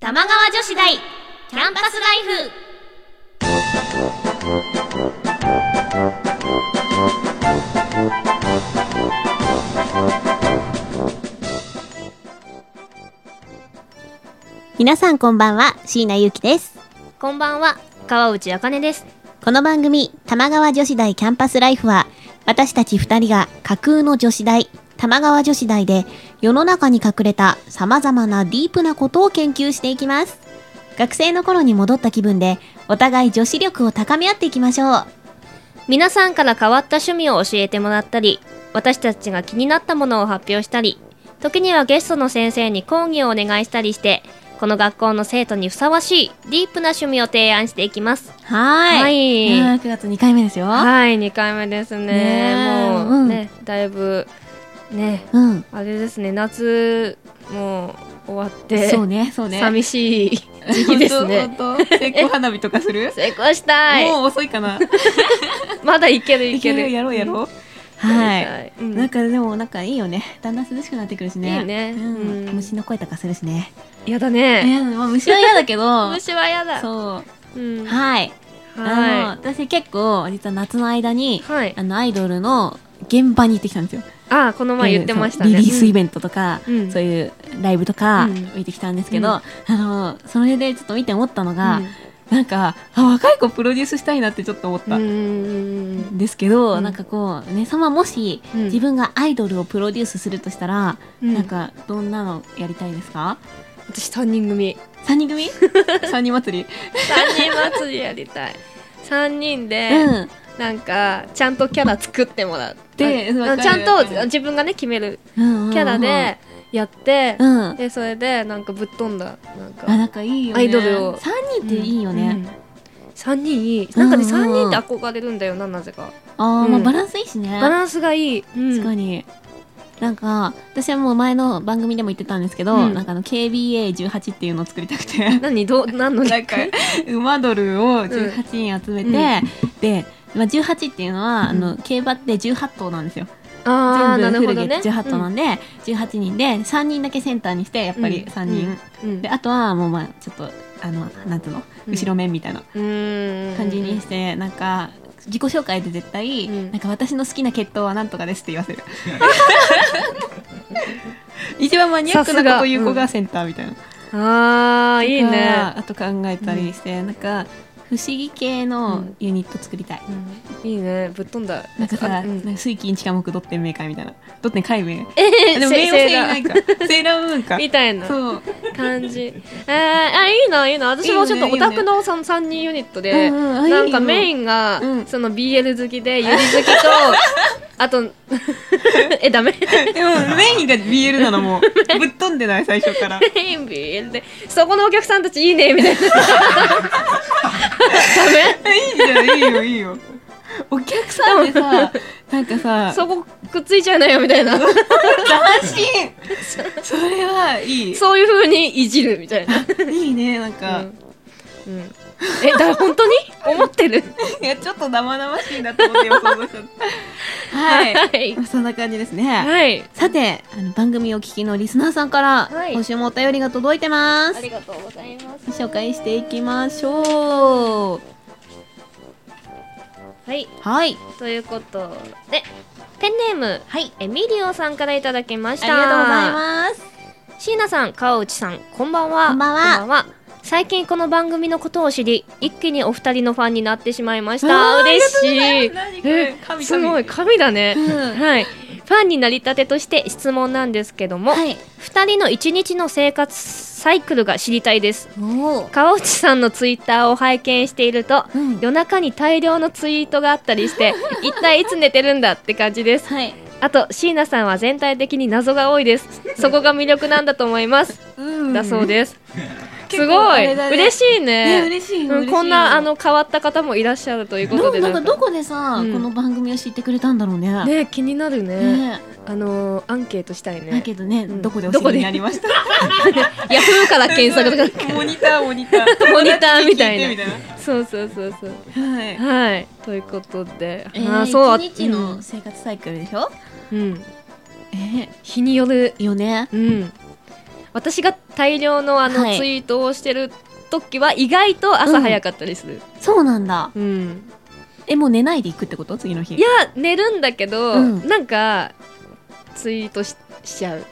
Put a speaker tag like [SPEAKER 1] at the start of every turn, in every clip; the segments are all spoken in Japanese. [SPEAKER 1] 玉川女子大キャンパスライフ
[SPEAKER 2] 皆さんこんばんは椎名ゆうきです
[SPEAKER 1] こんばんは川内茜です
[SPEAKER 2] この番組玉川女子大キャンパスライフは私たち2人が架空の女子大玉川女子大で世の中に隠れた様々なディープなことを研究していきます学生の頃に戻った気分でお互い女子力を高め合っていきましょう
[SPEAKER 1] 皆さんから変わった趣味を教えてもらったり私たちが気になったものを発表したり時にはゲストの先生に講義をお願いしたりしてこの学校の生徒にふさわしいディープな趣味を提案していきます
[SPEAKER 2] は
[SPEAKER 1] はいい
[SPEAKER 2] やー9月2回目ですよ
[SPEAKER 1] はい2回目ですね
[SPEAKER 2] ねえ
[SPEAKER 1] もう、
[SPEAKER 2] うん
[SPEAKER 1] ねだいぶね
[SPEAKER 2] うん
[SPEAKER 1] あれですね夏もう終わって
[SPEAKER 2] そうねそうね
[SPEAKER 1] 寂しい時期ですね
[SPEAKER 2] 本当結婚花火とかする
[SPEAKER 1] 成功したい
[SPEAKER 2] もう遅いかな
[SPEAKER 1] まだいけるい
[SPEAKER 2] い
[SPEAKER 1] け
[SPEAKER 2] け
[SPEAKER 1] る
[SPEAKER 2] るやろうやろう
[SPEAKER 1] は
[SPEAKER 2] はい
[SPEAKER 1] い、う
[SPEAKER 2] なん
[SPEAKER 1] ん、
[SPEAKER 2] かでもなんかいいよねだんだん涼しくなってくるしね
[SPEAKER 1] いいね
[SPEAKER 2] うん
[SPEAKER 1] うん
[SPEAKER 2] 虫の声とかするしね、
[SPEAKER 1] やだね
[SPEAKER 2] えまあ、虫は嫌だけど
[SPEAKER 1] 虫はやだ
[SPEAKER 2] そう
[SPEAKER 1] うんは
[SPEAKER 2] はい、あの
[SPEAKER 1] い
[SPEAKER 2] 私結構実は夏の間に
[SPEAKER 1] はい
[SPEAKER 2] あのアイドルの現場に行ってきたんですよ、
[SPEAKER 1] ああこの前言ってました
[SPEAKER 2] えー
[SPEAKER 1] ね
[SPEAKER 2] そうリリースイ
[SPEAKER 1] ベ
[SPEAKER 2] ベ
[SPEAKER 1] ン
[SPEAKER 2] ントとか、
[SPEAKER 1] うん
[SPEAKER 2] そういうライブとか
[SPEAKER 1] うん
[SPEAKER 2] 見てきたんですけど、あのそれでちょっと見て思ったのが、
[SPEAKER 1] うん
[SPEAKER 2] なんかあ若い子プロデュースしたいなってちょっと思った、
[SPEAKER 1] うんうん
[SPEAKER 2] ですけど、
[SPEAKER 1] うん
[SPEAKER 2] なんかこうね様もし
[SPEAKER 1] うん
[SPEAKER 2] 自分がアイドルをプロデュースするとしたら、
[SPEAKER 1] うん
[SPEAKER 2] なんかどんなのやりたいですか
[SPEAKER 1] 私三人組
[SPEAKER 2] 三人組 三人祭り
[SPEAKER 1] 三人祭りやりたい 三人で、
[SPEAKER 2] うん
[SPEAKER 1] なんかちゃんとキャラ作ってもらっ
[SPEAKER 2] で
[SPEAKER 1] てあ
[SPEAKER 2] わかる
[SPEAKER 1] ちゃん
[SPEAKER 2] わ
[SPEAKER 1] と
[SPEAKER 2] かる
[SPEAKER 1] 自分がね決める
[SPEAKER 2] うんうん
[SPEAKER 1] キャラでやって、
[SPEAKER 2] うん、うん
[SPEAKER 1] でそれでなんかぶっ飛んだなんか
[SPEAKER 2] あなんかいいよね
[SPEAKER 1] アイドルを
[SPEAKER 2] 三人っていいよね、
[SPEAKER 1] 3人いいなんかね、
[SPEAKER 2] うん
[SPEAKER 1] 三
[SPEAKER 2] うん
[SPEAKER 1] 3人って憧れるんだよななぜか
[SPEAKER 2] あー、
[SPEAKER 1] うん
[SPEAKER 2] まあバランスいいしね
[SPEAKER 1] バランスがいい、うん
[SPEAKER 2] 確かになんか私はもう前の番組でも言ってたんですけど、
[SPEAKER 1] うん
[SPEAKER 2] なんかあの KBA18 っていうのを作りた くて
[SPEAKER 1] 何どう何の
[SPEAKER 2] なんか馬ドルを18人集めて、
[SPEAKER 1] うん
[SPEAKER 2] で、まあ、18っていうのは、
[SPEAKER 1] うん
[SPEAKER 2] あの競馬って18頭なんですよ
[SPEAKER 1] ああな
[SPEAKER 2] 全部フル
[SPEAKER 1] るほど
[SPEAKER 2] で
[SPEAKER 1] ね
[SPEAKER 2] 18頭なんで、18人で3人だけセンターにしてやっぱり3人、
[SPEAKER 1] うんうん
[SPEAKER 2] であとはもうまあちょっとあのなんつうの
[SPEAKER 1] うん
[SPEAKER 2] 後ろ面みたいな
[SPEAKER 1] うん
[SPEAKER 2] 感じにして、なんか自己紹介で絶対、
[SPEAKER 1] うん
[SPEAKER 2] なんか私の好きな血統はなんとかですって言わせ る一番マニアックなこと言う子がセンターみたいな
[SPEAKER 1] ああ
[SPEAKER 2] とか
[SPEAKER 1] いいね、
[SPEAKER 2] あと考えたりして、なんか不思議系のユニット作りたい、
[SPEAKER 1] いいねぶっ飛んだ
[SPEAKER 2] なんかさ、
[SPEAKER 1] あうん
[SPEAKER 2] なんか水金地下木ドッテンメーカーみたいなドッテン海名
[SPEAKER 1] え
[SPEAKER 2] でも名誉性ないかセーラームーンか
[SPEAKER 1] みたいな
[SPEAKER 2] そう、
[SPEAKER 1] 感じえー、あいいないいな私もちょっと
[SPEAKER 2] いいよ
[SPEAKER 1] オ
[SPEAKER 2] ね
[SPEAKER 1] タクのその3人ユニットで、
[SPEAKER 2] うんうんあいい
[SPEAKER 1] な
[SPEAKER 2] よ
[SPEAKER 1] んかメインが、
[SPEAKER 2] うん
[SPEAKER 1] その BL 好きでユニ好 きとあと えダメ
[SPEAKER 2] でもメインが BL なの もうぶっ飛んでない最初から
[SPEAKER 1] メイン BL でそこのお客さんたちいいね みたいなダメ
[SPEAKER 2] いいじゃんいいよいいよお客さんで さなんかさ
[SPEAKER 1] そこくっついちゃいなよみたいな
[SPEAKER 2] 斬新それはいい
[SPEAKER 1] そういう風にいじるみたいな、
[SPEAKER 2] いいねなんか、
[SPEAKER 1] うんうんえだ本 当に思ってる
[SPEAKER 2] いやちょっと生々しいなと思って予想しちゃったはい
[SPEAKER 1] はい
[SPEAKER 2] まあそんな感じですね。
[SPEAKER 1] はい
[SPEAKER 2] さて、あの番組をお聞きのリスナーさんから、
[SPEAKER 1] はい
[SPEAKER 2] 今週もお便りが届いてま
[SPEAKER 1] あ
[SPEAKER 2] す
[SPEAKER 1] り。がとうございます
[SPEAKER 2] 紹介していきましょう。
[SPEAKER 1] はい
[SPEAKER 2] はい、
[SPEAKER 1] ということでペンネーム
[SPEAKER 2] はい、
[SPEAKER 1] エミリオさんからいただきまし
[SPEAKER 2] あり
[SPEAKER 1] た
[SPEAKER 2] がとうございます。
[SPEAKER 1] す椎名さん川内さんこんばんは
[SPEAKER 2] こんばんは
[SPEAKER 1] 最近この番組のことを知り一気にお二人のファンになってしまいまし
[SPEAKER 2] わ
[SPEAKER 1] た
[SPEAKER 2] あ
[SPEAKER 1] 嬉しい
[SPEAKER 2] 何これ
[SPEAKER 1] え
[SPEAKER 2] 神々
[SPEAKER 1] すごい神だね、
[SPEAKER 2] うん
[SPEAKER 1] はいファンになりたてとして質問なんですけども、
[SPEAKER 2] はい、
[SPEAKER 1] 二人の一日の生活サイクルが知りたいです
[SPEAKER 2] おお、
[SPEAKER 1] 川内さんのツイッターを拝見していると、
[SPEAKER 2] うん
[SPEAKER 1] 夜中に大量のツイートがあったりして 一体いつ寝てるんだって感じです
[SPEAKER 2] はい、
[SPEAKER 1] あと椎名さんは全体的に謎が多いですそこが魅力なんだと思います
[SPEAKER 2] うん
[SPEAKER 1] だそう です、
[SPEAKER 2] 結
[SPEAKER 1] す
[SPEAKER 2] 構
[SPEAKER 1] ご
[SPEAKER 2] あ
[SPEAKER 1] い、
[SPEAKER 2] れだね
[SPEAKER 1] 嬉しいね
[SPEAKER 2] ね嬉しい
[SPEAKER 1] うん
[SPEAKER 2] 嬉しい
[SPEAKER 1] こんなあの変わった方もいらっしゃるというこ
[SPEAKER 2] な
[SPEAKER 1] と
[SPEAKER 2] ん
[SPEAKER 1] で
[SPEAKER 2] なんかどこでさ、
[SPEAKER 1] うん
[SPEAKER 2] この番組を知ってくれたんだろうね。ね
[SPEAKER 1] ね気になるねあのーアンケートしたいね
[SPEAKER 2] だけどね、
[SPEAKER 1] ん
[SPEAKER 2] どこでお知りになりました。
[SPEAKER 1] ヤフーから検索と
[SPEAKER 2] モニター モニ ター
[SPEAKER 1] モニターみたいな
[SPEAKER 2] 友達に聞てみ
[SPEAKER 1] かそうそうそうそう
[SPEAKER 2] たいなはい。
[SPEAKER 1] はいということで、
[SPEAKER 2] えー
[SPEAKER 1] あーそうあ
[SPEAKER 2] 一日の生活サイクルでしょ、
[SPEAKER 1] うんうん
[SPEAKER 2] え
[SPEAKER 1] 日による
[SPEAKER 2] ー、よね
[SPEAKER 1] うん私が大量のあの
[SPEAKER 2] はい
[SPEAKER 1] ツイートをしてる時は意外と朝早かったりする、
[SPEAKER 2] そうなんだ。
[SPEAKER 1] うん
[SPEAKER 2] え、もう寝ないで行くってこと次の日。
[SPEAKER 1] いや寝るんだけど、
[SPEAKER 2] うん
[SPEAKER 1] なんかツイートししちゃう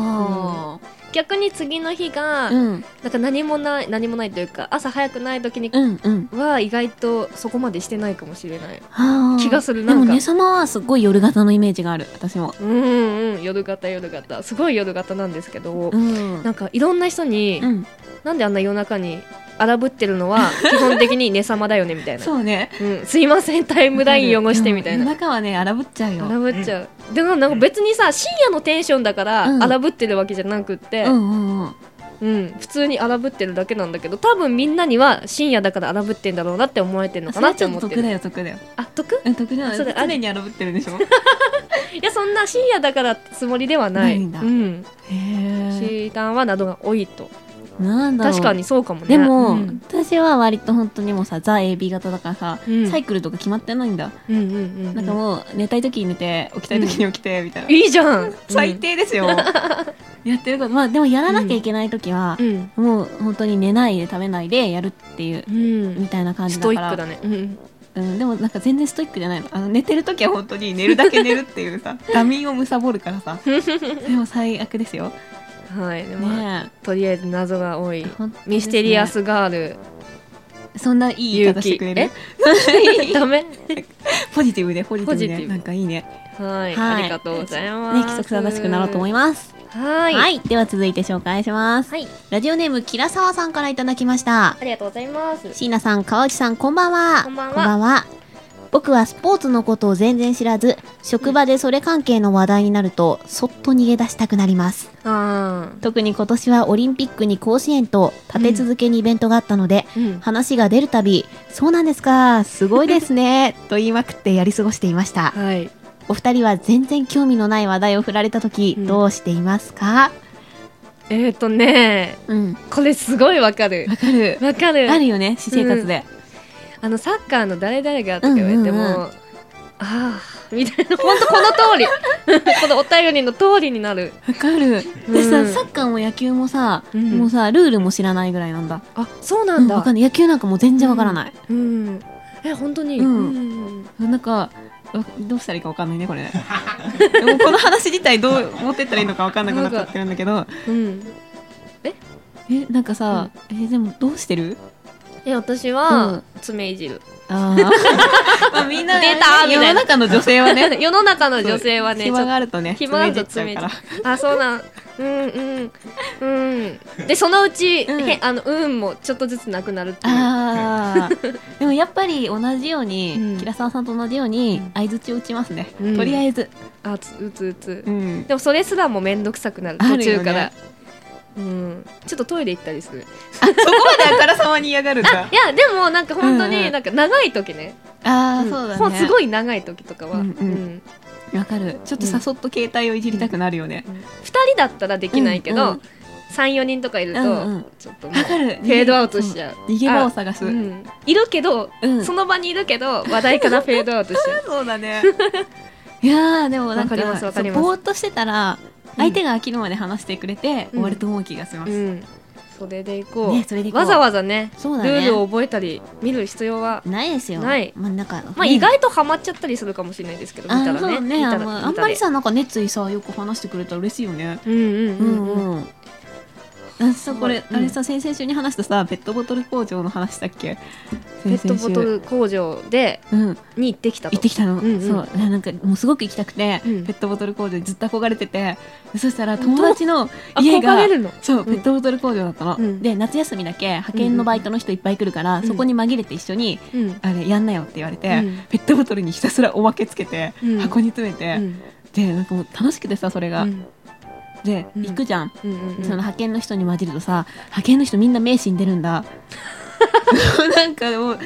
[SPEAKER 2] あ
[SPEAKER 1] 逆に次の日が、
[SPEAKER 2] あ。うん。
[SPEAKER 1] なんか何もない何もないというか朝早くない時に
[SPEAKER 2] うんうん。
[SPEAKER 1] は意外とそこまでしてないかもしれない
[SPEAKER 2] あー
[SPEAKER 1] 気がする
[SPEAKER 2] で
[SPEAKER 1] なんか
[SPEAKER 2] も、ね様はすごい夜型のイメージがある。私も。
[SPEAKER 1] うんうん夜型夜型すごい夜型なんですけど、
[SPEAKER 2] うん。
[SPEAKER 1] なんかいろんな人に、
[SPEAKER 2] うん。
[SPEAKER 1] なんであんな夜中に荒ぶってる のは基本的に寝様だよねみたいな、
[SPEAKER 2] そうね。
[SPEAKER 1] うん、すいませんタイムライン汚してみたい
[SPEAKER 2] うん
[SPEAKER 1] な
[SPEAKER 2] 夜中はね、荒ぶっちゃうよ。
[SPEAKER 1] 荒ぶっちゃう、でもなんか別にさ深夜のテンションだから
[SPEAKER 2] うん
[SPEAKER 1] 荒ぶってるわけじゃなくって、
[SPEAKER 2] うんうんうん。
[SPEAKER 1] うん普通に荒ぶってるだけなんだけど多分みんなには深夜だから荒ぶってんだろうなって思われてるのか
[SPEAKER 2] そ
[SPEAKER 1] な
[SPEAKER 2] れ
[SPEAKER 1] って
[SPEAKER 2] ちょ
[SPEAKER 1] 思
[SPEAKER 2] っ
[SPEAKER 1] って
[SPEAKER 2] と
[SPEAKER 1] る
[SPEAKER 2] 得だよ、得だよ。
[SPEAKER 1] あ得
[SPEAKER 2] うん、得だよ。
[SPEAKER 1] そうだ
[SPEAKER 2] 常に荒ぶってるでしょ
[SPEAKER 1] いやそんな深夜だからってつもりではない
[SPEAKER 2] ないんだ
[SPEAKER 1] うん、
[SPEAKER 2] へえ。
[SPEAKER 1] 診断はなどが多いと
[SPEAKER 2] なんだろう
[SPEAKER 1] 確か。にそうかもね
[SPEAKER 2] でも、
[SPEAKER 1] うん
[SPEAKER 2] 私は割と本当にもうさ、ザ・ AB 型だからさ、
[SPEAKER 1] うん
[SPEAKER 2] サイクルとか決まってないんだ。
[SPEAKER 1] うんうんうんうん
[SPEAKER 2] なんかもう、寝たい時に寝て、起きたい時に起きて、みたいな。
[SPEAKER 1] いいじゃん
[SPEAKER 2] 最低です よ。やってること、まあでもやらなきゃいけない時は
[SPEAKER 1] う、ん
[SPEAKER 2] もう本当に寝ないで食べないでやるっていう、
[SPEAKER 1] うん
[SPEAKER 2] みたいな感じ
[SPEAKER 1] ス
[SPEAKER 2] だ
[SPEAKER 1] ト
[SPEAKER 2] か
[SPEAKER 1] イ
[SPEAKER 2] ら。
[SPEAKER 1] ックだね、うん、
[SPEAKER 2] うん、でもなんか全然ストイックじゃないの。あの、寝てる時は本当に寝るだけ寝るっていう さ、ダミーを貪るからさ。でも最悪ですよ。
[SPEAKER 1] はいでも、
[SPEAKER 2] ね
[SPEAKER 1] とりあえず謎が多い
[SPEAKER 2] え。本当ですね
[SPEAKER 1] ミステリア。スガール、
[SPEAKER 2] そんないい言い
[SPEAKER 1] 勇
[SPEAKER 2] 方し
[SPEAKER 1] 気
[SPEAKER 2] てくれる
[SPEAKER 1] ダ メ
[SPEAKER 2] ポジティブで、ポジティブ
[SPEAKER 1] ポジティ
[SPEAKER 2] で。
[SPEAKER 1] ブ
[SPEAKER 2] なんかいいね。
[SPEAKER 1] はい、
[SPEAKER 2] はい
[SPEAKER 1] ありがとうございます
[SPEAKER 2] ね、規則正しくなろうと思います。
[SPEAKER 1] すは
[SPEAKER 2] はいい、では続いて紹介します。
[SPEAKER 1] はい
[SPEAKER 2] ラジオネーム、キラサワさんからいただきました。
[SPEAKER 1] ありがとうございます
[SPEAKER 2] 椎名さん、川内さん、こんばんは。
[SPEAKER 1] こんばんは
[SPEAKER 2] 僕はスポーツのことを全然知らず、職場でそれ関係の話題になると、そっと逃げ出したくなります。
[SPEAKER 1] あ
[SPEAKER 2] 特に今年はオリンピックに甲子園と立て続けにイベントがあったので、
[SPEAKER 1] ーうん
[SPEAKER 2] 話が出るたび、そうなんですか、すごいですね、 と言いまくってやり過ごしていました。
[SPEAKER 1] はい
[SPEAKER 2] お二人は全然興味のない話題を振られた時、
[SPEAKER 1] うん
[SPEAKER 2] どうしていますか
[SPEAKER 1] えっ、ー、とね
[SPEAKER 2] うん、
[SPEAKER 1] これすごいわ かる
[SPEAKER 2] わかる。
[SPEAKER 1] わかる
[SPEAKER 2] あるよね、私生活で。
[SPEAKER 1] あのサッカーの誰々がとか言われ
[SPEAKER 2] うん
[SPEAKER 1] ても、
[SPEAKER 2] うんうん
[SPEAKER 1] ああみたいな本当この通り このお便りの通りになる
[SPEAKER 2] わかる。
[SPEAKER 1] うん
[SPEAKER 2] でさ、サッカーも野球もさ、
[SPEAKER 1] うん
[SPEAKER 2] もうさ、ルールも知らないぐらいなんだ。
[SPEAKER 1] あそうなん
[SPEAKER 2] う
[SPEAKER 1] だ、
[SPEAKER 2] わかんない。野球なんかもう全然わからない。
[SPEAKER 1] うんえ本当に、
[SPEAKER 2] うん
[SPEAKER 1] うん
[SPEAKER 2] なんか、わどうしたらいいかわかんないね、これね。 もうこの話自体どう持ってったらいいのかわかんなくなっちゃってるんだけど、
[SPEAKER 1] うん
[SPEAKER 2] え、なんかさ、え、でもどうしてる
[SPEAKER 1] え私は、
[SPEAKER 2] うん
[SPEAKER 1] 爪いじる
[SPEAKER 2] あ あ。まあみんな、
[SPEAKER 1] 出たみ
[SPEAKER 2] 世の
[SPEAKER 1] たいな
[SPEAKER 2] 中の女性は ね、
[SPEAKER 1] 世の中の女性はねちょ
[SPEAKER 2] 暇
[SPEAKER 1] っ
[SPEAKER 2] が
[SPEAKER 1] と
[SPEAKER 2] あるとね、
[SPEAKER 1] 暇があると
[SPEAKER 2] 詰めちゃうから。
[SPEAKER 1] あそうなんうんうんうんでそのうち、
[SPEAKER 2] うん
[SPEAKER 1] へあのうんもちょっとずつなくなるっていう
[SPEAKER 2] あーでもやっぱり同じように、
[SPEAKER 1] うん
[SPEAKER 2] キラサワさんと同じように
[SPEAKER 1] うん
[SPEAKER 2] 相づちを打ちますね、
[SPEAKER 1] うん
[SPEAKER 2] とりあえず、
[SPEAKER 1] あつうつうつ、
[SPEAKER 2] うん、
[SPEAKER 1] でもそれすらも面倒くさくなる
[SPEAKER 2] あ
[SPEAKER 1] 途
[SPEAKER 2] るよね
[SPEAKER 1] 中から、うんちょっとトイレ行ったりする
[SPEAKER 2] そこまであからさまに嫌がるんだ
[SPEAKER 1] いやでもなんか本当
[SPEAKER 2] うんう
[SPEAKER 1] に
[SPEAKER 2] ん
[SPEAKER 1] なんか長い時ね、
[SPEAKER 2] ああそうだね
[SPEAKER 1] ほんすごい長い時とかは、
[SPEAKER 2] う
[SPEAKER 1] うんん
[SPEAKER 2] うんわかるちょっと
[SPEAKER 1] うん
[SPEAKER 2] さそっと携帯をいじりたくなるよね、
[SPEAKER 1] 2人だったらできないけど、
[SPEAKER 2] うんうん
[SPEAKER 1] 34人とかいると、
[SPEAKER 2] うんうん
[SPEAKER 1] ちょっともう
[SPEAKER 2] わかる
[SPEAKER 1] フェードアウトしちゃう
[SPEAKER 2] そう逃げ場を探す、
[SPEAKER 1] うんいるけど、
[SPEAKER 2] うん
[SPEAKER 1] その場にいるけど話題からフェードアウトしちゃう
[SPEAKER 2] そうだねいやーでもなんか
[SPEAKER 1] わかりますわかりま
[SPEAKER 2] そ
[SPEAKER 1] す
[SPEAKER 2] うぼーっとしてたら相手が飽きるまで話してくれて、終わると 思う気がします、
[SPEAKER 1] うんそれでいこう,、
[SPEAKER 2] ねそれでいこう
[SPEAKER 1] わざわざね
[SPEAKER 2] そうだね
[SPEAKER 1] ルールを覚えたり見る必要は
[SPEAKER 2] ないですよ
[SPEAKER 1] ない
[SPEAKER 2] まあなんか
[SPEAKER 1] まあ、意外とハマっちゃったりするかもしれないですけど見たら
[SPEAKER 2] あそう
[SPEAKER 1] ね見
[SPEAKER 2] ね
[SPEAKER 1] た
[SPEAKER 2] あ
[SPEAKER 1] ら
[SPEAKER 2] の
[SPEAKER 1] 見たで
[SPEAKER 2] あんまりさなんか熱意さよく話してくれたら嬉しいよね
[SPEAKER 1] うんう
[SPEAKER 2] う
[SPEAKER 1] んうんん、うん
[SPEAKER 2] うんあさこれ、
[SPEAKER 1] うん
[SPEAKER 2] あれさ先々週に話したさペットボトル工場の話したっけ
[SPEAKER 1] ペットボト
[SPEAKER 2] 先々
[SPEAKER 1] ル工場で
[SPEAKER 2] 週うん
[SPEAKER 1] に行ってきたと
[SPEAKER 2] 行ってきたの、
[SPEAKER 1] うんうん
[SPEAKER 2] そうでなんかもうすごく行きたくて、
[SPEAKER 1] うん
[SPEAKER 2] ペットボトル工場にずっと憧れててそしたら友達の家
[SPEAKER 1] 憧
[SPEAKER 2] が
[SPEAKER 1] れるの
[SPEAKER 2] そう、
[SPEAKER 1] ん
[SPEAKER 2] ペットボトル工場だったの、
[SPEAKER 1] うん
[SPEAKER 2] で夏休みだけ派遣のバイトの人いっぱい来るから、
[SPEAKER 1] んうん
[SPEAKER 2] そこに紛れて一緒に
[SPEAKER 1] うん
[SPEAKER 2] あれやんなよって言われて、
[SPEAKER 1] うん
[SPEAKER 2] ペットボトルにひたすらおまけつけて、
[SPEAKER 1] うん
[SPEAKER 2] 箱に詰めて、
[SPEAKER 1] うん
[SPEAKER 2] でなんかもう楽しくてさそれが、
[SPEAKER 1] うん
[SPEAKER 2] で、
[SPEAKER 1] うん
[SPEAKER 2] 行くじゃん、
[SPEAKER 1] うんうんうん
[SPEAKER 2] その派遣の人に混じるとさ派遣の人みんな目死んでるんだなんかもう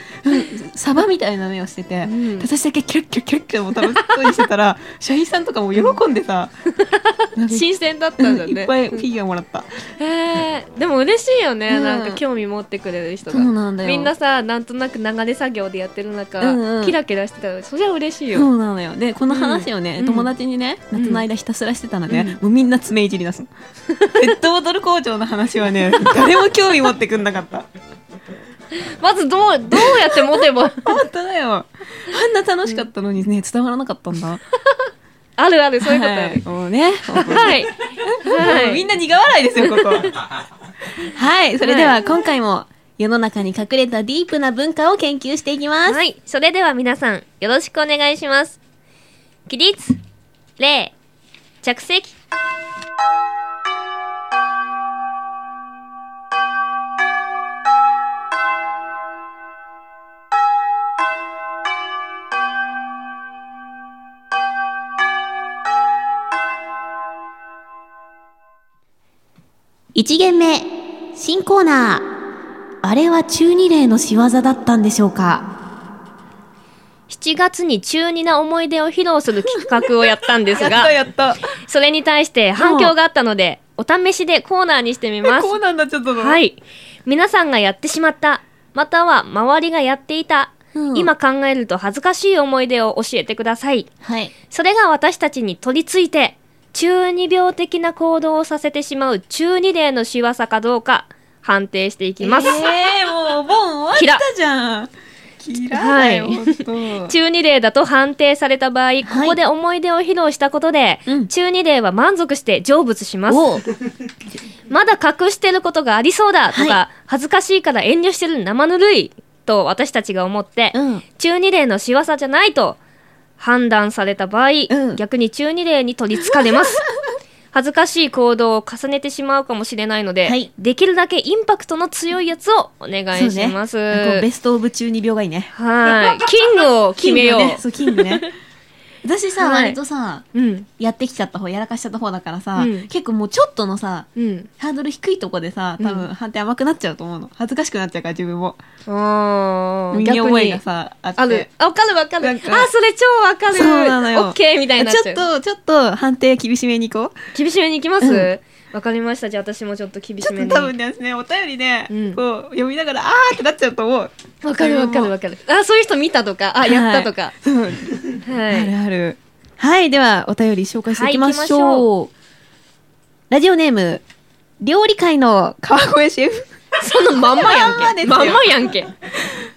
[SPEAKER 2] サバみたいな目をしてて、
[SPEAKER 1] うん
[SPEAKER 2] 私だけキュッキュッキュッキュッもう楽しそうにしてたら社員さんとかも喜んでさ、なんかい
[SPEAKER 1] 新鮮だったんだね
[SPEAKER 2] っぱ いフィギュアもらった、
[SPEAKER 1] へえでも嬉しいよね、
[SPEAKER 2] うん
[SPEAKER 1] なんか興味持ってくれる人
[SPEAKER 2] そう
[SPEAKER 1] が
[SPEAKER 2] なんだよ
[SPEAKER 1] みんなさなんとなく流れ作業でやってる中、
[SPEAKER 2] うんうん
[SPEAKER 1] キラキラしてたらそりゃ嬉しいよ、
[SPEAKER 2] そうなのよでこの話をね、
[SPEAKER 1] うん
[SPEAKER 2] 友達にね、
[SPEAKER 1] うん
[SPEAKER 2] 夏の間ひたすらしてたので、
[SPEAKER 1] うん
[SPEAKER 2] もうみんな爪いじり出すのペットボトル工場の話はね誰も興味持ってくんなかった
[SPEAKER 1] まずどうどうやって持 てば
[SPEAKER 2] 本当だよあんな楽しかったのにね伝わらなかったんだ
[SPEAKER 1] あるあるそういうことあ
[SPEAKER 2] はい
[SPEAKER 1] る
[SPEAKER 2] もうね
[SPEAKER 1] はい、はい
[SPEAKER 2] もうみんな苦笑いですよ、ここ。 はい、それで
[SPEAKER 1] は
[SPEAKER 2] は今回も世の中に隠れたディープな文化を研究していきます。
[SPEAKER 1] はい。それでは皆さん、よろしくお願いします。起立、礼、着席。
[SPEAKER 2] 1限目、新コーナー。あれは中二例の仕業だったんでしょうか
[SPEAKER 1] 7月に中二な思い出を披露する企画をやったんですが、
[SPEAKER 2] やった。
[SPEAKER 1] それに対して反響があったので、お試しでコーナーにしてみ ます。
[SPEAKER 2] ーナーになっちゃったの
[SPEAKER 1] は。い。皆さんがやってしまった、または周りがやっていた、
[SPEAKER 2] うん
[SPEAKER 1] 今考えると恥ずかしい思い出を教えてください。
[SPEAKER 2] はい。
[SPEAKER 1] それが私たちに取り付いて、中二病的な行動をさせてしまう中二例の仕業かどうか判定していきます。
[SPEAKER 2] えー、もうお盆終わったじゃん。キラだよ、
[SPEAKER 1] はい
[SPEAKER 2] ほんと
[SPEAKER 1] 中二例だと判定された場合、ここで思い出を披露したことで、
[SPEAKER 2] うん
[SPEAKER 1] 中二例は満足して成仏します。
[SPEAKER 2] おう
[SPEAKER 1] まだ隠してることがありそうだとか、
[SPEAKER 2] は
[SPEAKER 1] 恥ずかしいから遠慮してる生ぬるいと私たちが思って、
[SPEAKER 2] うん
[SPEAKER 1] 中二例の仕業じゃないと判断された場合、
[SPEAKER 2] うん
[SPEAKER 1] 逆に中二例に取りつか れます。恥ずかしい行動を重ねてしまうかもしれないので、
[SPEAKER 2] はい
[SPEAKER 1] できるだけインパクトの強いやつをお願いします。
[SPEAKER 2] そうねなんかベストオブ中二病がいいね。
[SPEAKER 1] はい。キングを決めよ
[SPEAKER 2] キン
[SPEAKER 1] う。
[SPEAKER 2] グねそう、キングね。 私さ、
[SPEAKER 1] はい
[SPEAKER 2] 割とさ、
[SPEAKER 1] うん。
[SPEAKER 2] やってきちゃった方やらかしちゃった方だからさ、
[SPEAKER 1] うん
[SPEAKER 2] 結構もうちょっとのさ
[SPEAKER 1] うん。
[SPEAKER 2] ハードル低いとこでさ多
[SPEAKER 1] う
[SPEAKER 2] 分判定甘くなっちゃうと思うの恥ずかしくなっちゃうから自分も
[SPEAKER 1] あー
[SPEAKER 2] 身に覚えが
[SPEAKER 1] 逆に
[SPEAKER 2] さあって
[SPEAKER 1] ある。あ、わかるわかる。
[SPEAKER 2] な
[SPEAKER 1] あー
[SPEAKER 2] んか、
[SPEAKER 1] それ超わかる。
[SPEAKER 2] そうなのよ
[SPEAKER 1] オッケーみたいになっち
[SPEAKER 2] ち
[SPEAKER 1] ゃ
[SPEAKER 2] ょ
[SPEAKER 1] う
[SPEAKER 2] っ。とちょっと判定厳しめにいこう
[SPEAKER 1] 厳しめに行きます
[SPEAKER 2] う
[SPEAKER 1] わ
[SPEAKER 2] ん、
[SPEAKER 1] かりました。じゃあ私もちょっと厳
[SPEAKER 2] ち
[SPEAKER 1] し
[SPEAKER 2] ょ
[SPEAKER 1] め
[SPEAKER 2] っ
[SPEAKER 1] に。
[SPEAKER 2] と多分ですねお便りで、
[SPEAKER 1] うん
[SPEAKER 2] こう読みながらあーってなっちゃうと思う
[SPEAKER 1] わかるわかるわかる。あ、そういう人見たとか、あ、やったとか。
[SPEAKER 2] 自分もそう
[SPEAKER 1] は
[SPEAKER 2] あ
[SPEAKER 1] い。
[SPEAKER 2] るあるはいではお便り紹介していきましょう,、
[SPEAKER 1] はい行きましょ
[SPEAKER 2] ラジオネーム料理界の川越シェフ
[SPEAKER 1] そのまんまやん
[SPEAKER 2] まんまで
[SPEAKER 1] け。
[SPEAKER 2] すよ
[SPEAKER 1] まんまやんけ。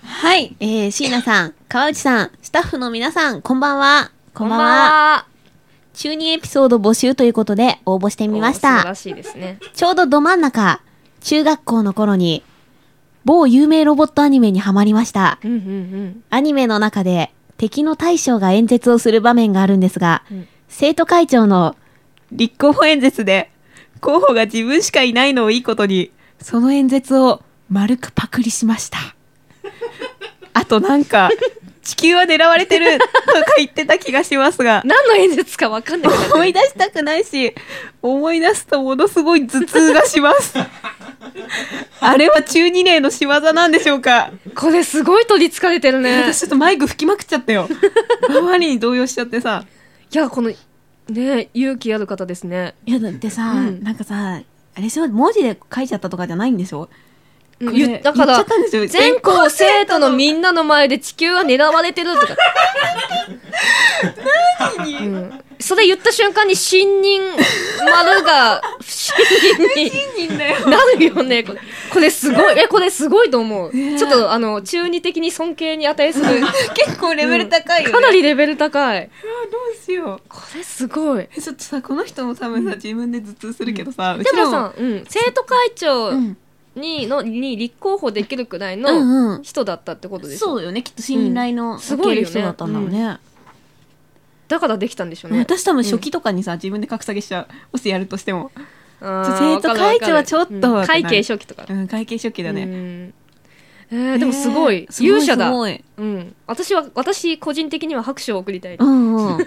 [SPEAKER 2] はい、えー、椎名さん、川内さん、スタッフの皆さん、こんばんは。こんばんは。
[SPEAKER 1] は。
[SPEAKER 2] 中2エピソード募集ということで応募してみまし
[SPEAKER 1] お素晴
[SPEAKER 2] た
[SPEAKER 1] ら。しいですね。
[SPEAKER 2] ちょうどど真ん中、中学校の頃に、某有名ロボットアニメにハマりました。
[SPEAKER 1] うんうん
[SPEAKER 2] アニメの中で、敵の大将が演説をする場面があるんですが、
[SPEAKER 1] うん。
[SPEAKER 2] 生徒会長の立候補演説で、候補が自分しかいないのをいいことに、その演説を丸くパクリしました。 あとなんか、地球は狙われてるとか言ってた気がしますが、
[SPEAKER 1] 何の演説かわかんない
[SPEAKER 2] 思い出したくないし、思い出すとものすごい頭痛がし ます。あれは中二例の仕業なんでしょうか
[SPEAKER 1] これすごい取りつかれてるね。
[SPEAKER 2] 私ちょっとマイク吹きまくっちゃった よ。あまりに動揺しちゃってさ。
[SPEAKER 1] いや、この、ね、勇気ある方ですね。
[SPEAKER 2] いやだってさ、
[SPEAKER 1] うん
[SPEAKER 2] なんかさあれでしょ文字で書いちゃったとかじゃないんでしょ
[SPEAKER 1] うん
[SPEAKER 2] これ
[SPEAKER 1] 言っだ
[SPEAKER 2] 言
[SPEAKER 1] か
[SPEAKER 2] っ
[SPEAKER 1] ら
[SPEAKER 2] ちゃっ、たんですよ
[SPEAKER 1] 全校生徒のみんなの前で地球は狙われてると か。
[SPEAKER 2] に
[SPEAKER 1] うんそれ言った瞬間に信任丸が不信任に。
[SPEAKER 2] 人だよ
[SPEAKER 1] なるよね。これこれすごい。え、これすごいと思う。
[SPEAKER 2] ねえ
[SPEAKER 1] ちょっと、あの、中二的に尊敬に 値する。
[SPEAKER 2] 結構レベル高いよ、ね
[SPEAKER 1] かなりレベル高い。
[SPEAKER 2] あどうしよ
[SPEAKER 1] これすごい。
[SPEAKER 2] うちょっとさこの人も多分さ自分で頭痛するけどさ、う
[SPEAKER 1] で
[SPEAKER 2] ちら
[SPEAKER 1] もさ、うん、生徒会長
[SPEAKER 2] うん
[SPEAKER 1] にのに立候補できるくらいう
[SPEAKER 2] ん
[SPEAKER 1] の
[SPEAKER 2] うん
[SPEAKER 1] 人だったってことでしょ。
[SPEAKER 2] そうよねきっと信頼の
[SPEAKER 1] んす
[SPEAKER 2] 受
[SPEAKER 1] ご
[SPEAKER 2] け
[SPEAKER 1] いよ
[SPEAKER 2] る
[SPEAKER 1] ね
[SPEAKER 2] 人だったんだろうね,、
[SPEAKER 1] だからできたんでしょうね。
[SPEAKER 2] 私多分初期とかにさ自分で格下げしちゃうもしやるとしても、
[SPEAKER 1] あー
[SPEAKER 2] ちょ生徒会長はちょっと
[SPEAKER 1] わかるわかるうん会計初期とか。
[SPEAKER 2] うん、会計初期だ
[SPEAKER 1] う
[SPEAKER 2] ね、
[SPEAKER 1] んえーでもすごい
[SPEAKER 2] ね。え
[SPEAKER 1] 勇者だ
[SPEAKER 2] す。ごい
[SPEAKER 1] うん。私は、私個人的には拍手を送りたい。
[SPEAKER 2] うん うん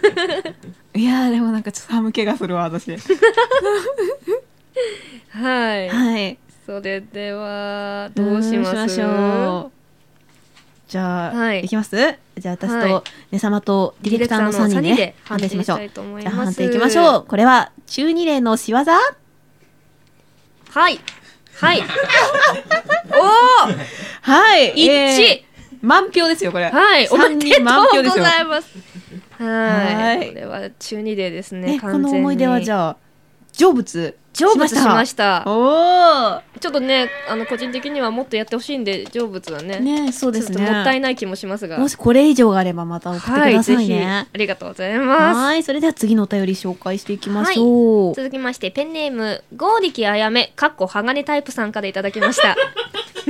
[SPEAKER 2] いやーでもなんかちょっと寒気がするわ私
[SPEAKER 1] はい。
[SPEAKER 2] はい。
[SPEAKER 1] それではどうします
[SPEAKER 2] どうしましょうじゃあ、
[SPEAKER 1] はい
[SPEAKER 2] い、きますじゃあ私と、
[SPEAKER 1] はい
[SPEAKER 2] ねさまとディレクターの3人
[SPEAKER 1] ディレクター
[SPEAKER 2] ね判
[SPEAKER 1] の三人で
[SPEAKER 2] 定しましょう
[SPEAKER 1] 判定したいと思い
[SPEAKER 2] じゃ
[SPEAKER 1] ま
[SPEAKER 2] あ
[SPEAKER 1] す
[SPEAKER 2] 判定いきましょうこれは中二例の仕業
[SPEAKER 1] はいはい
[SPEAKER 2] はい
[SPEAKER 1] 一致、
[SPEAKER 2] えー満票ですよこれ
[SPEAKER 1] はいおめ
[SPEAKER 2] 三
[SPEAKER 1] でと
[SPEAKER 2] 人
[SPEAKER 1] う
[SPEAKER 2] 満票です
[SPEAKER 1] ご
[SPEAKER 2] よ
[SPEAKER 1] ざいますはい
[SPEAKER 2] はい
[SPEAKER 1] これは中二でですね
[SPEAKER 2] ね
[SPEAKER 1] 完
[SPEAKER 2] こ
[SPEAKER 1] 全に
[SPEAKER 2] の思い出はじゃあ成仏
[SPEAKER 1] 成仏しましたた
[SPEAKER 2] おお
[SPEAKER 1] ちょっとねあの個人的にはもっとやってほしいんで成仏はね
[SPEAKER 2] ねそうです
[SPEAKER 1] ちょ
[SPEAKER 2] ね
[SPEAKER 1] っともったいない気もしますが
[SPEAKER 2] もしこれ以上があればまた送ってく
[SPEAKER 1] はい
[SPEAKER 2] だ
[SPEAKER 1] ぜ
[SPEAKER 2] さい
[SPEAKER 1] ひ
[SPEAKER 2] ね
[SPEAKER 1] ありがとうございます
[SPEAKER 2] はいそれでは次のお便り紹介していきましょう、
[SPEAKER 1] 続きましてペンネームゴーリキあやめかっこ鋼タイプさんからいただきました
[SPEAKER 2] も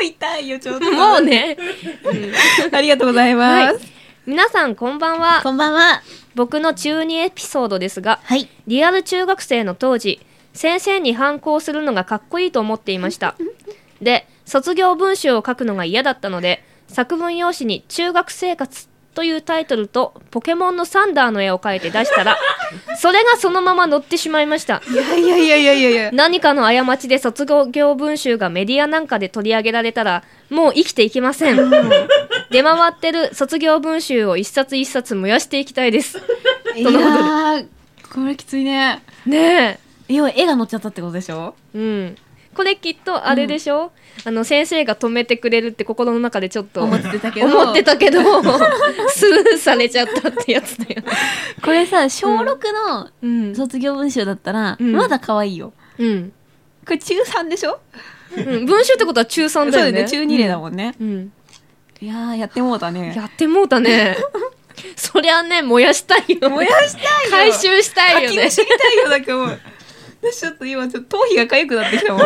[SPEAKER 2] う痛いよちょっと
[SPEAKER 1] もうね
[SPEAKER 2] ありがとうございます、
[SPEAKER 1] 皆さんこんばんは
[SPEAKER 2] こんばんは
[SPEAKER 1] 僕の中2エピソードですが
[SPEAKER 2] はい
[SPEAKER 1] リアル中学生の当時先生に反抗するのがかっこいいと思っていましたで卒業文集を書くのが嫌だったので作文用紙に「中学生活」というタイトルとポケモンのサンダーの絵を描いて出したらそれがそのまま載ってしまいました
[SPEAKER 2] いやいやいやいやいやいや
[SPEAKER 1] 何かの過ちで卒業文集がメディアなんかで取り上げられたらもう生きていけません出回ってる卒業文集を一冊一冊燃やしていきたいです
[SPEAKER 2] い
[SPEAKER 1] そんなことで
[SPEAKER 2] やーこれきついね
[SPEAKER 1] ね
[SPEAKER 2] 要は絵が載っちゃったってことでしょ
[SPEAKER 1] えうんこれきっとあれでしょ、あの先生が止めてくれるって心の中でちょっと
[SPEAKER 2] 思ってたけど
[SPEAKER 1] 思ってたけど スルーされちゃったってやつだよね
[SPEAKER 2] これさ小6の
[SPEAKER 1] うん、
[SPEAKER 2] 卒業文集だったら、
[SPEAKER 1] うん
[SPEAKER 2] まだ可愛いよ
[SPEAKER 1] うん
[SPEAKER 2] これ中3でしょ
[SPEAKER 1] うん、文集ってことは中
[SPEAKER 2] そう
[SPEAKER 1] 3
[SPEAKER 2] だ
[SPEAKER 1] だよ
[SPEAKER 2] よ
[SPEAKER 1] ね
[SPEAKER 2] ね中2例だもんね、
[SPEAKER 1] うん
[SPEAKER 2] いやーやってもうたね
[SPEAKER 1] やってもう たねそりゃね燃やしたいよ
[SPEAKER 2] 燃やしたいよ
[SPEAKER 1] 回収したいよね
[SPEAKER 2] 書きたいよなんかもうちょっと今ちょっと頭皮が痒くなってきたもん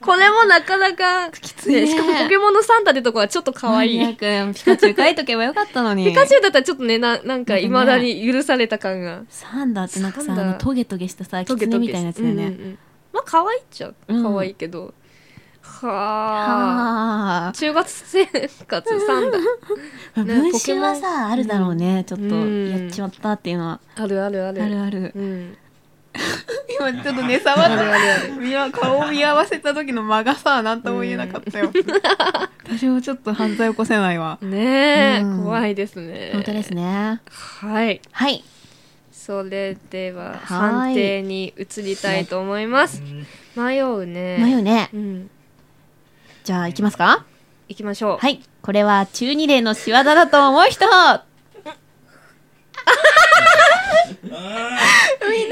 [SPEAKER 1] これもなかなかき
[SPEAKER 2] ついね
[SPEAKER 1] しかもポケモンのサンタってとこはちょっと可愛
[SPEAKER 2] マニア
[SPEAKER 1] い
[SPEAKER 2] ックなピカチュウ書いとけばよかったのに
[SPEAKER 1] ピカチュウだったらちょっとねななんか
[SPEAKER 2] なんかね
[SPEAKER 1] いまだに許された感が
[SPEAKER 2] サンダーってなんかさ
[SPEAKER 1] サ
[SPEAKER 2] あ
[SPEAKER 1] ンダー
[SPEAKER 2] のトゲトゲしたさ
[SPEAKER 1] ト
[SPEAKER 2] キツ
[SPEAKER 1] ゲ
[SPEAKER 2] ネ
[SPEAKER 1] トゲ
[SPEAKER 2] み
[SPEAKER 1] した
[SPEAKER 2] いなやつだよね、
[SPEAKER 1] うんうんうんまあ可愛いっちゃ
[SPEAKER 2] うん
[SPEAKER 1] 可愛いけど、はあ
[SPEAKER 2] はあ
[SPEAKER 1] 中学生活サン
[SPEAKER 2] ま
[SPEAKER 1] ダ
[SPEAKER 2] あ
[SPEAKER 1] ね
[SPEAKER 2] 文集は
[SPEAKER 1] ポケモ
[SPEAKER 2] さあるだろうね、ちょっと
[SPEAKER 1] うん
[SPEAKER 2] やっちまったっていうのは
[SPEAKER 1] あるあるある
[SPEAKER 2] あるある
[SPEAKER 1] うん
[SPEAKER 2] 今ちょっとねさま
[SPEAKER 1] あるあるある
[SPEAKER 2] 見わ顔を見合わせた時の間がさ何とも言えなかったよ私もちょっと犯罪起こせないわ
[SPEAKER 1] ねえ、
[SPEAKER 2] うん
[SPEAKER 1] 怖いですね
[SPEAKER 2] 本当ですね
[SPEAKER 1] はい
[SPEAKER 2] はい
[SPEAKER 1] それで
[SPEAKER 2] は
[SPEAKER 1] は
[SPEAKER 2] い
[SPEAKER 1] 判定に移りたいと思います迷うね
[SPEAKER 2] 迷うね
[SPEAKER 1] うん
[SPEAKER 2] じゃあ行きますか
[SPEAKER 1] 行きましょう
[SPEAKER 2] はいこれは中二例の仕業だと思う 人みん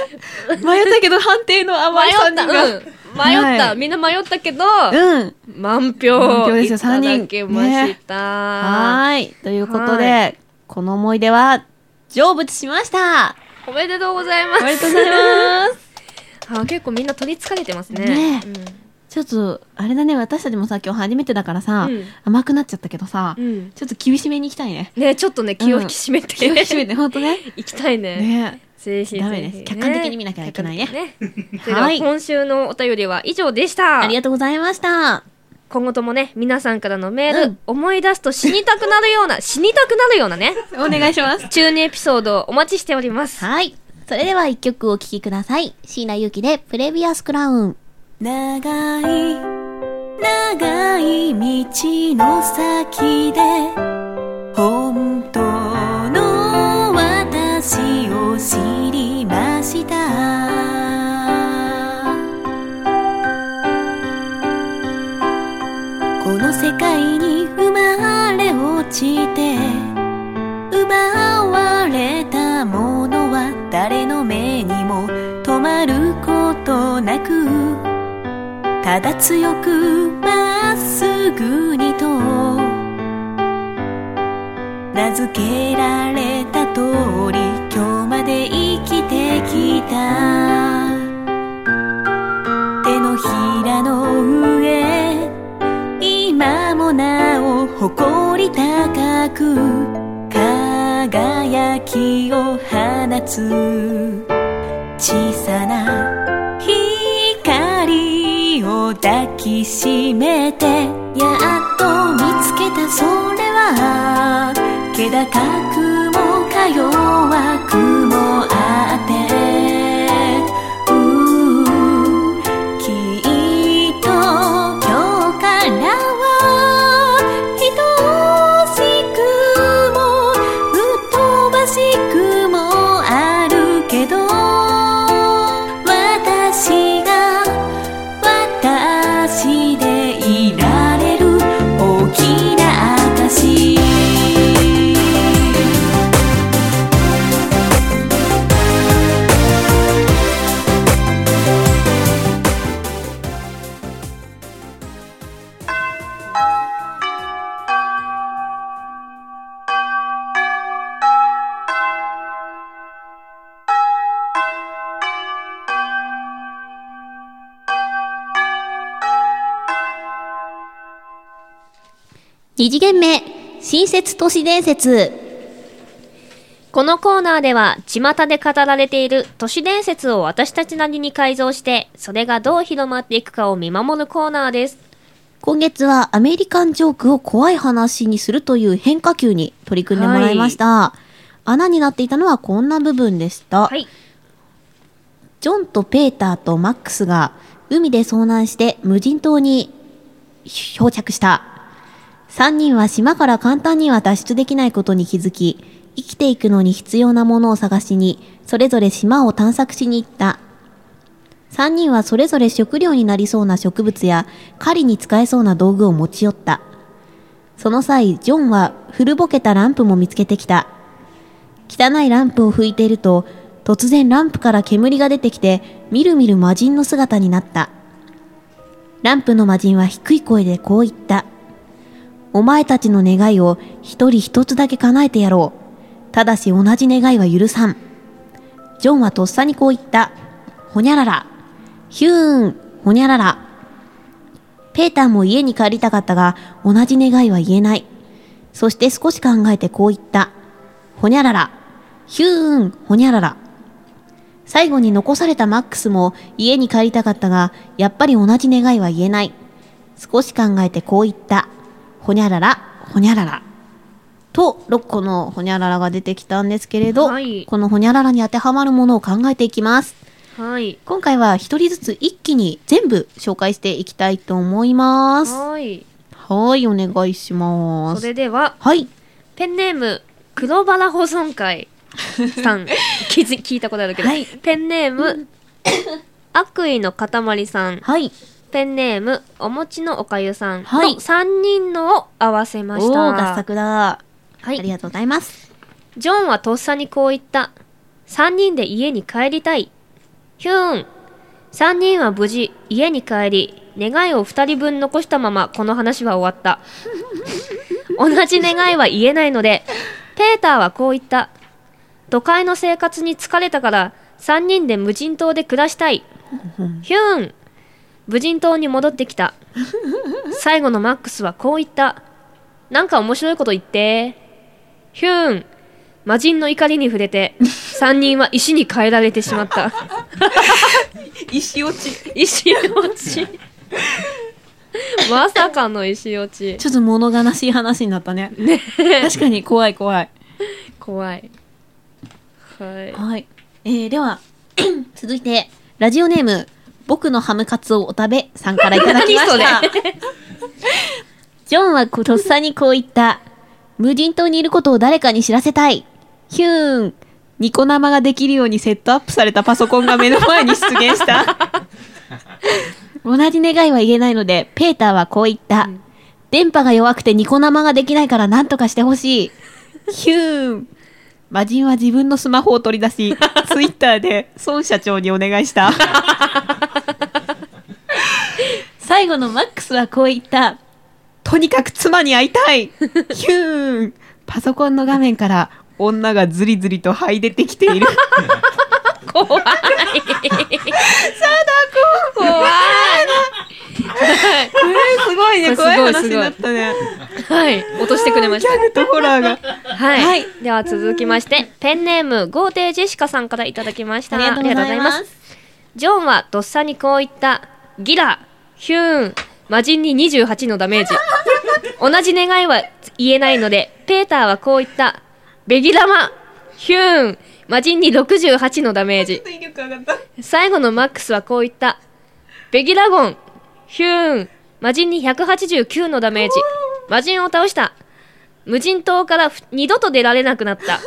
[SPEAKER 2] な迷ったけど判定の甘い
[SPEAKER 1] 迷
[SPEAKER 2] 3
[SPEAKER 1] っ
[SPEAKER 2] 人
[SPEAKER 1] た、うん、
[SPEAKER 2] が
[SPEAKER 1] 迷った、
[SPEAKER 2] はい
[SPEAKER 1] みんな迷ったけど、
[SPEAKER 2] うん
[SPEAKER 1] 満票
[SPEAKER 2] 満票ですよ
[SPEAKER 1] いただ
[SPEAKER 2] 三
[SPEAKER 1] き
[SPEAKER 2] 人
[SPEAKER 1] ました、
[SPEAKER 2] はーい。ということ
[SPEAKER 1] は
[SPEAKER 2] で、この思い出は、成仏しま した
[SPEAKER 1] おめでとうございます
[SPEAKER 2] おめでとうございます
[SPEAKER 1] あ結構みんな取りつかれてますね
[SPEAKER 2] ねちょっと、あれだね、私たちもさ、今日初めてだからさ、
[SPEAKER 1] うん
[SPEAKER 2] 甘くなっちゃったけどさ、
[SPEAKER 1] うん、うん
[SPEAKER 2] ちょっと厳しめに行きたい ね。
[SPEAKER 1] ねちょっとね気を引き締めて、
[SPEAKER 2] 厳しめで、ほんとね。
[SPEAKER 1] 行きたいね
[SPEAKER 2] ね
[SPEAKER 1] ぜひぜひ、ね、
[SPEAKER 2] ダメです客観的に見なきゃいけないね
[SPEAKER 1] 客観的 にね
[SPEAKER 2] はい
[SPEAKER 1] では今週のお便りは以上でした
[SPEAKER 2] ありがとうございました。
[SPEAKER 1] 今後ともね皆さんからのメール、
[SPEAKER 2] うん
[SPEAKER 1] 思い出すと死にたくなるような死にたくなるような ね
[SPEAKER 2] お願いします。
[SPEAKER 1] 中二エピソードをお待ちしております
[SPEAKER 2] はい。それでは一曲お聴きください。椎名ゆきで、プレビアスクラウン。
[SPEAKER 3] 長い長い道の先で本当の私を知りましたこの世界に生まれ落ちて奪われたものは誰の目にも止まることなくただ強くまっすぐにと名付けられた通り今日まで生きてきた手のひらの上今もなお誇り高く輝きを放つ小さな光を抱きしめてやっと見つけたそれは気高くもか弱くもあってうんきっとしでいられる大きな証
[SPEAKER 2] 二次元目、新設都市伝説。
[SPEAKER 1] このコーナーでは巷で語られている都市伝説を私たちなりに改造してそれがどう広まっていくかを見守るコーナーです
[SPEAKER 2] 今月はアメリカンジョークを怖い話にするという変化球に取り組んでもらいました。穴になっていたのはこんな部分でした。
[SPEAKER 1] はい
[SPEAKER 2] ジョンとペーターとマックスが海で遭難して無人島に漂着した。3人は島から簡単には脱出できないことに気づき、生きていくのに必要なものを探しに、それぞれ島を探索しに行った。3人はそれぞれ食料になりそうな植物や狩りに使えそうな道具を持ち寄った。その際、ジョンは古ぼけたランプも見つけてきた。汚いランプを拭いていると、突然ランプから煙が出てきて、みるみる魔人の姿になった。ランプの魔人は低い声でこう言った。お前たちの願いを一人一つだけ叶えてやろう。ただし同じ願いは許さん。ジョンはとっさにこう言った。ほにゃらら。ヒューン、ほにゃらら。ペーターも家に帰りたかったが、同じ願いは言えない。そして少し考えてこう言った。ほにゃらら。ヒューン、ほにゃらら。最後に残されたマックスも家に帰りたかったが、やっぱり同じ願いは言えない。少し考えてこう言った。ほにゃらら、ほにゃらら。と、6個のほにゃららが出てきたんですけれど、
[SPEAKER 1] はい
[SPEAKER 2] このほにゃららに当てはまるものを考えていきます。
[SPEAKER 1] はい
[SPEAKER 2] 今回は一人ずつ一気に全部紹介していきたいと思います。は
[SPEAKER 1] はい
[SPEAKER 2] ーい、お願いしま
[SPEAKER 1] そ
[SPEAKER 2] す。
[SPEAKER 1] れでは
[SPEAKER 2] はい。
[SPEAKER 1] ペンネーム黒バラ保存会 さん聞い聞いたことあるけど、
[SPEAKER 2] はい
[SPEAKER 1] ペンネーム悪意の塊さん
[SPEAKER 2] はい。
[SPEAKER 1] ペンネームお餅のおかゆさんの
[SPEAKER 2] はい
[SPEAKER 1] 3人のを合わせ
[SPEAKER 2] お
[SPEAKER 1] ま
[SPEAKER 2] ー、
[SPEAKER 1] した、
[SPEAKER 2] 合作だ。
[SPEAKER 1] は
[SPEAKER 2] あり
[SPEAKER 1] い、
[SPEAKER 2] がとうございます。
[SPEAKER 1] ジョンはとっさにこう言った3人で家に帰りたいヒューン3人は無事家に帰り願いを2人分残したままこの話は終わった同じ願いは言えないのでペーターはこう言った都会の生活に疲れたから3人で無人島で暮らしたいヒューン無人島に戻ってきた最後のマックスはこう言ったなんか面白いこと言ってヒューン魔人の怒りに触れて3人は石に変えられてしまった
[SPEAKER 2] 石落ち。
[SPEAKER 1] 石落ちまさかの石落ち
[SPEAKER 2] ちょっと物悲しい話になったね。ね確かに怖い怖い。
[SPEAKER 1] 怖いはい
[SPEAKER 2] はい。えー、では、 続いて、ラジオネーム、僕のハムカツをお食べさんからいただきました
[SPEAKER 1] 何。
[SPEAKER 2] ジョンはことっさにこう言った。無人島にいることを誰かに知らせたい。ヒューン。ニコ生ができるようにセットアップされたパソコンが目の前に出現した。同じ願いは言えないので、ペーターはこう言った。
[SPEAKER 1] ん
[SPEAKER 2] 電波が弱くてニコ生ができないから何とかしてほしい。ヒューン。魔人は自分のスマホを取り出 し、ツイッターで孫社長にお願いした。最後のマックスはこう言った。とにかく妻に会いたいヒューンパソコンの画面から女がズリズリと這い出てきている。
[SPEAKER 1] 怖い怖い
[SPEAKER 2] これすごい
[SPEAKER 1] これ
[SPEAKER 2] ね、
[SPEAKER 1] すご
[SPEAKER 2] 怖
[SPEAKER 1] い
[SPEAKER 2] い話になったね。
[SPEAKER 1] はい落としてくれまし
[SPEAKER 2] ギ
[SPEAKER 1] た
[SPEAKER 2] ャグとホラーが。
[SPEAKER 1] は い、
[SPEAKER 2] はい
[SPEAKER 1] では続きましてペンネーム豪邸ジェシカさんからいただきましたありがとうございます
[SPEAKER 2] す。
[SPEAKER 1] ジョンはとっさにこう言ったギラヒューン魔人に28のダメージ同じ願いは言えないのでペーターはこう言ったベギラマヒューン魔人に68のダメージ
[SPEAKER 2] 威力上がった。
[SPEAKER 1] 最後のマックスはこう言った。ベギラゴン、ヒューン、魔人に189のダメージ。魔人を倒した。無人島からふ二度と出られなくなった。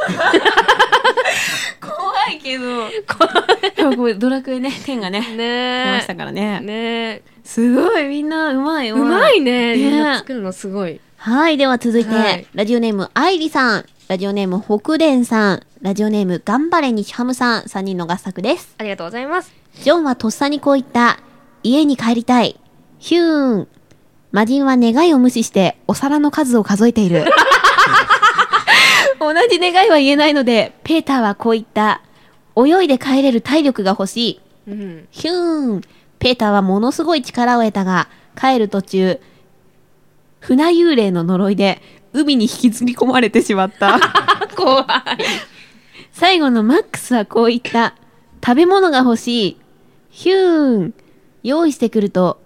[SPEAKER 2] 怖い
[SPEAKER 1] いけ ど。
[SPEAKER 2] ごめんドラクエね、天がね、出ま
[SPEAKER 1] ね
[SPEAKER 2] したから
[SPEAKER 1] え。
[SPEAKER 2] ね。
[SPEAKER 1] ねえ。
[SPEAKER 2] すごい、みんな、うまい、
[SPEAKER 1] うま
[SPEAKER 2] い。
[SPEAKER 1] い
[SPEAKER 2] ね
[SPEAKER 1] ね。みんな作るのすごい。
[SPEAKER 2] はい、では続いて、
[SPEAKER 1] はい
[SPEAKER 2] ラジオネーム、愛理さん、ラジオネーム、北蓮さん、ラジオネーム、頑張れにハムさん、3人の合作です。
[SPEAKER 1] ありがとうございます。
[SPEAKER 2] ジョンはとっさにこう言った。家に帰りたい。ヒューン。魔人は願いを無視してお皿の数を数えている。 同じ願いは言えないので、ペーターはこう言った。泳いで帰れる体力が欲しい。
[SPEAKER 1] うん。
[SPEAKER 2] ヒューン。ペーターはものすごい力を得たが、帰る途中、船幽霊の呪いで海に引きずり込まれてしまった。
[SPEAKER 1] 怖い。
[SPEAKER 2] 最後のマックスはこう言った。食べ物が欲しい。ヒューン。用意してくると、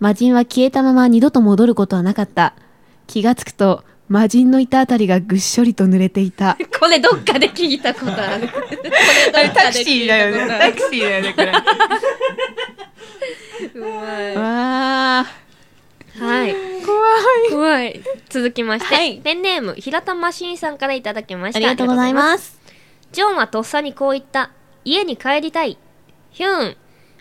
[SPEAKER 2] 魔人は消えたまま二度と戻ることはなかった。気がつくと、魔人のいたあたりがぐっしょりと濡れていた。
[SPEAKER 1] これどっかで聞いたこと ある。これどっかで聞いたことある。
[SPEAKER 2] クシーだよね、これ。
[SPEAKER 1] うまい。
[SPEAKER 2] わ
[SPEAKER 1] はい。
[SPEAKER 2] ー、怖い。
[SPEAKER 1] 怖い。続きまして、
[SPEAKER 2] はい
[SPEAKER 1] ペンネーム、平田マシンさんからいただきまし
[SPEAKER 2] あ
[SPEAKER 1] た。
[SPEAKER 2] りがとうございます。
[SPEAKER 1] ジョンはとっさにこう言った。家に帰りたい。ヒューン。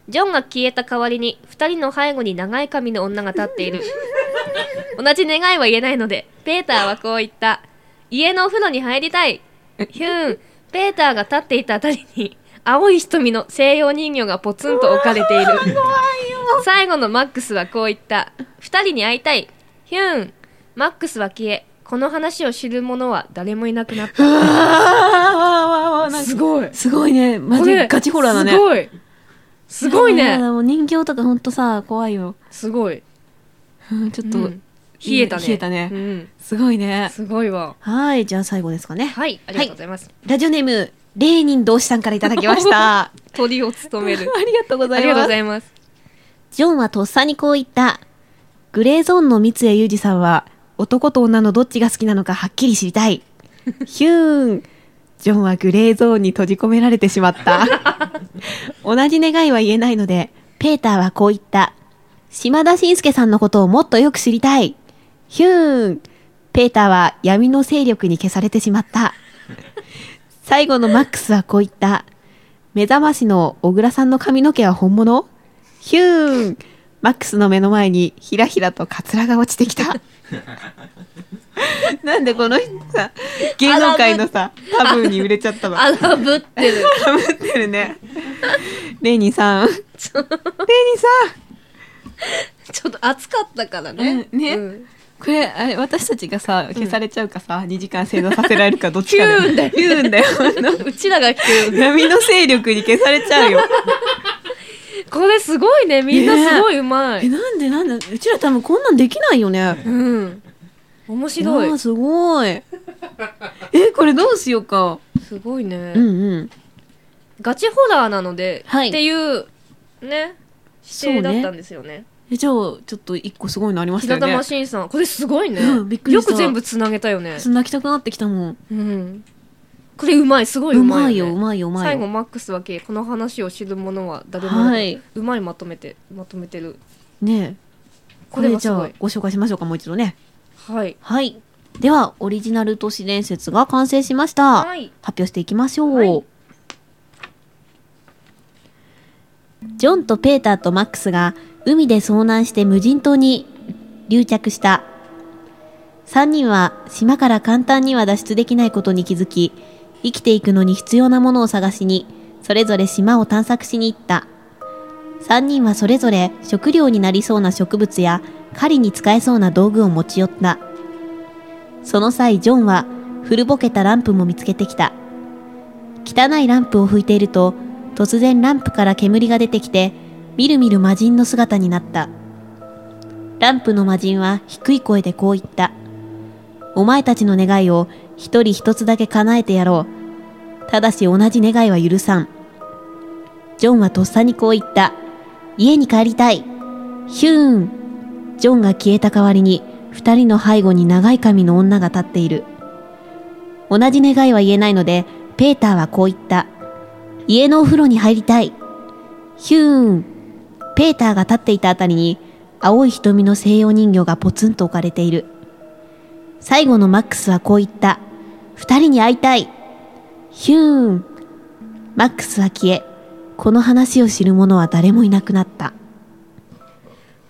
[SPEAKER 1] ジョンが消えた代わりに、二人の背後に長い髪の女が立ってい る。同じ願いは言えないので、ペーターはこう言った。家のお風呂に入りたい。ヒューン。ペーターが立っていたあたりに、青い瞳の西洋人形がポツンと置かれてい る。最後のマックスはこう言った。二人に会いたい。ヒューン。マックスは消え、この話を知る者は誰もいなくな った。
[SPEAKER 2] わーわーわーわーなんか
[SPEAKER 1] ごい。
[SPEAKER 2] すごいね。マ
[SPEAKER 1] こ
[SPEAKER 2] ジ
[SPEAKER 1] れ
[SPEAKER 2] ガチホラーだね。
[SPEAKER 1] すごい。すごい
[SPEAKER 2] やだ
[SPEAKER 1] ね。
[SPEAKER 2] もう人形とかほんとさ、怖いよ。
[SPEAKER 1] すごい。
[SPEAKER 2] うんちょっ
[SPEAKER 1] う
[SPEAKER 2] と、
[SPEAKER 1] ん冷えたね。
[SPEAKER 2] 冷えたね
[SPEAKER 1] うん。
[SPEAKER 2] すごいね。
[SPEAKER 1] すごいわ。
[SPEAKER 2] はい、じゃあ最後ですかね。
[SPEAKER 1] はい、ありがとうございます。
[SPEAKER 2] ラジオネーム、レーニン同志さんからいただきました。 あ
[SPEAKER 1] 鳥を務め
[SPEAKER 2] り
[SPEAKER 1] る。
[SPEAKER 2] がとうご
[SPEAKER 1] あ
[SPEAKER 2] ざい
[SPEAKER 1] りがとう
[SPEAKER 2] ま
[SPEAKER 1] ご
[SPEAKER 2] す
[SPEAKER 1] ざ。います。
[SPEAKER 2] ジョンはとっさにこう言った。グレーゾーンの三谷裕二さんは、男と女のどっちが好きなのかはっきり知りたい。ヒューン。ジョンはグレーゾーンに閉じ込められてしまった。同じ願いは言えないので、ペーターはこう言った。島田紳介さんのことをもっとよく知りたい。ヒューン。ペーターは闇の勢力に消されてしまった。最後のマックスはこう言った。目覚ましの小倉さんの髪の毛は本物ヒューンマックスの目の前にひらひらとカツラが落ちてきた。なんでこの人さ、芸能界のさ、タブーに売れちゃったわ。
[SPEAKER 1] あらぶってる。
[SPEAKER 2] かぶってるね。レイニーさん。レイニ
[SPEAKER 1] ちょ
[SPEAKER 2] ーさん
[SPEAKER 1] ちょっと暑かったからね。
[SPEAKER 2] うんね
[SPEAKER 1] うん
[SPEAKER 2] これあれ私たちがさ消されちゃうかさ、2時間制度させられる かどっち
[SPEAKER 1] ヒ
[SPEAKER 2] か
[SPEAKER 1] ューンだよ。
[SPEAKER 2] ヒューンだよあの
[SPEAKER 1] うちらが来 る。
[SPEAKER 2] 闇の勢力に消されちゃうよ
[SPEAKER 1] これすごいね。みんなすごいうま
[SPEAKER 2] え
[SPEAKER 1] い。
[SPEAKER 2] なんでなんでうちら多分こんなんできないよね
[SPEAKER 1] うん。面
[SPEAKER 2] あ
[SPEAKER 1] 白
[SPEAKER 2] ー
[SPEAKER 1] い。
[SPEAKER 2] すごいえこれどうしようか
[SPEAKER 1] すごいね
[SPEAKER 2] う。んうん
[SPEAKER 1] ガチホラーなので、
[SPEAKER 2] はい
[SPEAKER 1] っていう、ね、
[SPEAKER 2] そう
[SPEAKER 1] 姿
[SPEAKER 2] ね
[SPEAKER 1] 勢だったんですよね。
[SPEAKER 2] えじゃあちょっと一個すごいのありました
[SPEAKER 1] 平
[SPEAKER 2] よ
[SPEAKER 1] 田
[SPEAKER 2] ね
[SPEAKER 1] マシンさん。これすごいね。
[SPEAKER 2] うんびっくり
[SPEAKER 1] よ
[SPEAKER 2] した
[SPEAKER 1] く全部つなげたよね。
[SPEAKER 2] 泣きたくなってきたもん
[SPEAKER 1] うん。これうまい、すごいううま
[SPEAKER 2] まい
[SPEAKER 1] い、ね。
[SPEAKER 2] ようまいようまいよ
[SPEAKER 1] 最後、マックスはけ、この話を知る者は誰も、
[SPEAKER 2] は
[SPEAKER 1] ないいうまいまとめて、まとめてる。
[SPEAKER 2] ねえこ
[SPEAKER 1] これ
[SPEAKER 2] れ
[SPEAKER 1] は
[SPEAKER 2] じ
[SPEAKER 1] す
[SPEAKER 2] ゃ
[SPEAKER 1] ご
[SPEAKER 2] あ
[SPEAKER 1] い。
[SPEAKER 2] ご紹介しましょうかもう一度ね
[SPEAKER 1] はい。
[SPEAKER 2] はいではオリジナル都市伝説が完成しました、
[SPEAKER 1] はい。
[SPEAKER 2] 発表していきましょう、
[SPEAKER 1] はい
[SPEAKER 2] ジョンとペーターとマックスが海で遭難して無人島に留着した3人は島から簡単には脱出できないことに気づき生きていくのに必要なものを探しにそれぞれ島を探索しに行った3人はそれぞれ食料になりそうな植物や狩りに使えそうな道具を持ち寄ったその際ジョンは古ぼけたランプも見つけてきた汚いランプを拭いていると突然ランプから煙が出てきてみるみる魔人の姿になったランプの魔人は低い声でこう言ったお前たちの願いを一人一つだけ叶えてやろうただし同じ願いは許さんジョンはとっさにこう言った家に帰りたいヒューンジョンが消えた代わりに二人の背後に長い髪の女が立っている同じ願いは言えないのでペーターはこう言った家のお風呂に入りたい。ヒューン。ペーターが立っていたあたりに、青い瞳の西洋人形がポツンと置かれている。最後のマックスはこう言った。二人に会いたい。ヒューン。マックスは消え、この話を知る者は誰もいなくなった。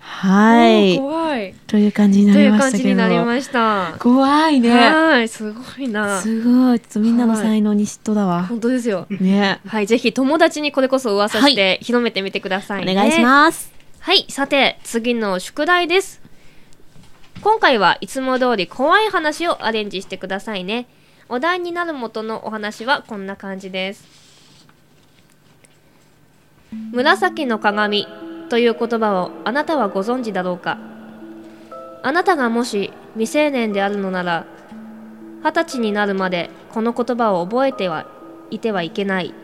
[SPEAKER 2] はい。
[SPEAKER 1] 怖い。
[SPEAKER 2] という感じに
[SPEAKER 1] と
[SPEAKER 2] なり
[SPEAKER 1] いう
[SPEAKER 2] ました
[SPEAKER 1] 感
[SPEAKER 2] けど。
[SPEAKER 1] じになりました。
[SPEAKER 2] 怖いね。
[SPEAKER 1] はい、すごいな。
[SPEAKER 2] すごい。ちょっとみんなの才能に嫉妬だわ。
[SPEAKER 1] 本当ですよ。
[SPEAKER 2] ね。
[SPEAKER 1] はい、ぜひ友達にこれこそ噂して、
[SPEAKER 2] は
[SPEAKER 1] 広めてみてください、ね。
[SPEAKER 2] お願いします。
[SPEAKER 1] す。はい、さて、次の宿題です。今回はいつも通り怖い話をアレンジしてくださいね。お題になる元のお話はこんな感じです。紫の鏡という言葉をあなたはご存知だろうかあなたがもし未成年であるのなら二十歳になるまでこの言葉を覚えてはいてはいけない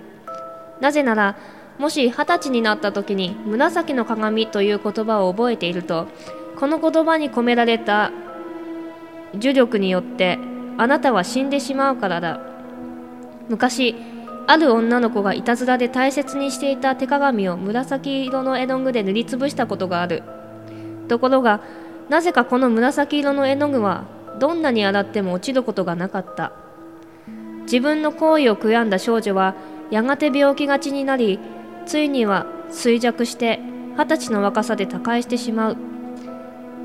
[SPEAKER 1] なぜならもし二十歳になった時に紫の鏡という言葉を覚えているとこの言葉に込められた呪力によってあなたは死んでしまうからだ昔ある女の子がいたずらで大切にしていた手鏡を紫色の絵の具で塗りつぶしたことがあるところがなぜかこの紫色の絵の具はどんなに洗っても落ちることがなかった自分の行為を悔やんだ少女はやがて病気がちになりついには衰弱して二十歳の若さで他界してしまう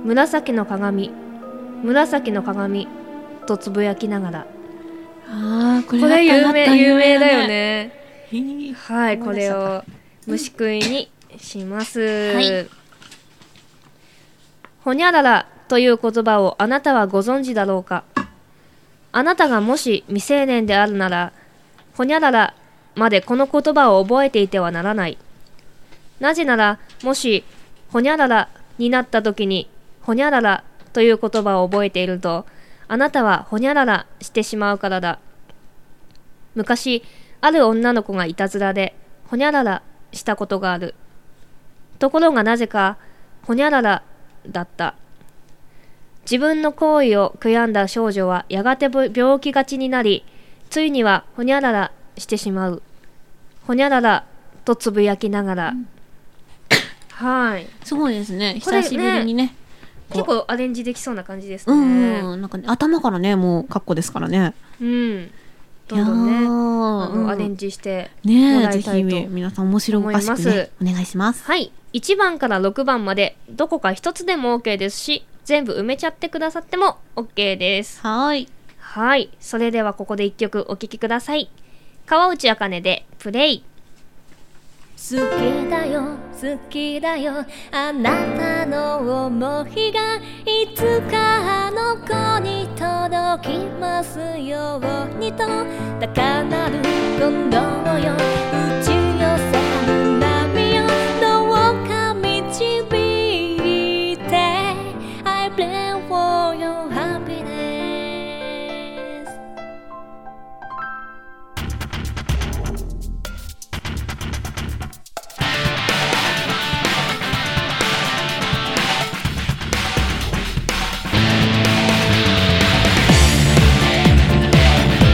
[SPEAKER 1] 紫の鏡紫の鏡とつぶやきながら
[SPEAKER 2] ああ、こ
[SPEAKER 1] これ有名有名だよ
[SPEAKER 2] ね。
[SPEAKER 1] ねはい、これを虫食いにします。
[SPEAKER 2] はい
[SPEAKER 1] ほにゃららという言葉をあなたはご存知だろうかあなたがもし未成年であるなら、ほにゃららまでこの言葉を覚えていてはならない。なぜなら、もし、ほにゃららになった時に、ほにゃららという言葉を覚えていると、あなたはほにゃららしてしまうからだ。昔、ある女の子がいたずらで、ほにゃららしたことがある。ところがなぜか、ほにゃららだった。自分の行為を悔やんだ少女はやがてぶ病気がちになり、ついにはほにゃららしてしまう。ほにゃららとつぶやきながら。はい。
[SPEAKER 2] すごいですね。
[SPEAKER 1] これ
[SPEAKER 2] 久しぶりにね。
[SPEAKER 1] 結構アレンジできそうな感じです
[SPEAKER 2] う
[SPEAKER 1] ね。
[SPEAKER 2] ん、なんかね、頭からね、もう、カッコですからね。
[SPEAKER 1] うん。どんどん
[SPEAKER 2] いやー
[SPEAKER 1] ね、あ
[SPEAKER 2] う
[SPEAKER 1] の
[SPEAKER 2] ん
[SPEAKER 1] アレンジしても
[SPEAKER 2] ねえ、
[SPEAKER 1] ら
[SPEAKER 2] ぜ
[SPEAKER 1] いたい
[SPEAKER 2] ひ
[SPEAKER 1] と。
[SPEAKER 2] 皆さん面白おかしくね、お願いします。
[SPEAKER 1] はい。1番から6番まで、どこか1つでも OK ですし、全部埋めちゃってくださっても OK です。
[SPEAKER 2] はい。
[SPEAKER 1] はい。それではここで1曲お聴きください。川内あかねで、プレイ。
[SPEAKER 3] 好きだよ好きだよあなたの想いがいつかあの子に届きますようにと高鳴る今度よ打ち寄せる波よどうか導いて I pray for your happiness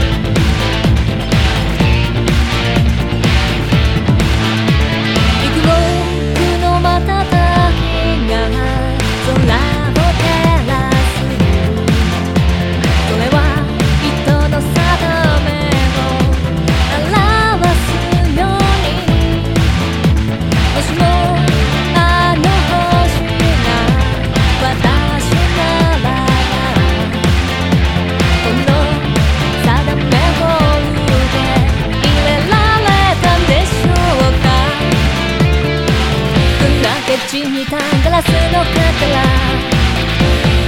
[SPEAKER 3] 幾億の瞬きが空を照らすそれは人の定めを表すようにもしもあの星が私ならこの定めを受け入れられたんでしょうか砕け散ったガラスのカ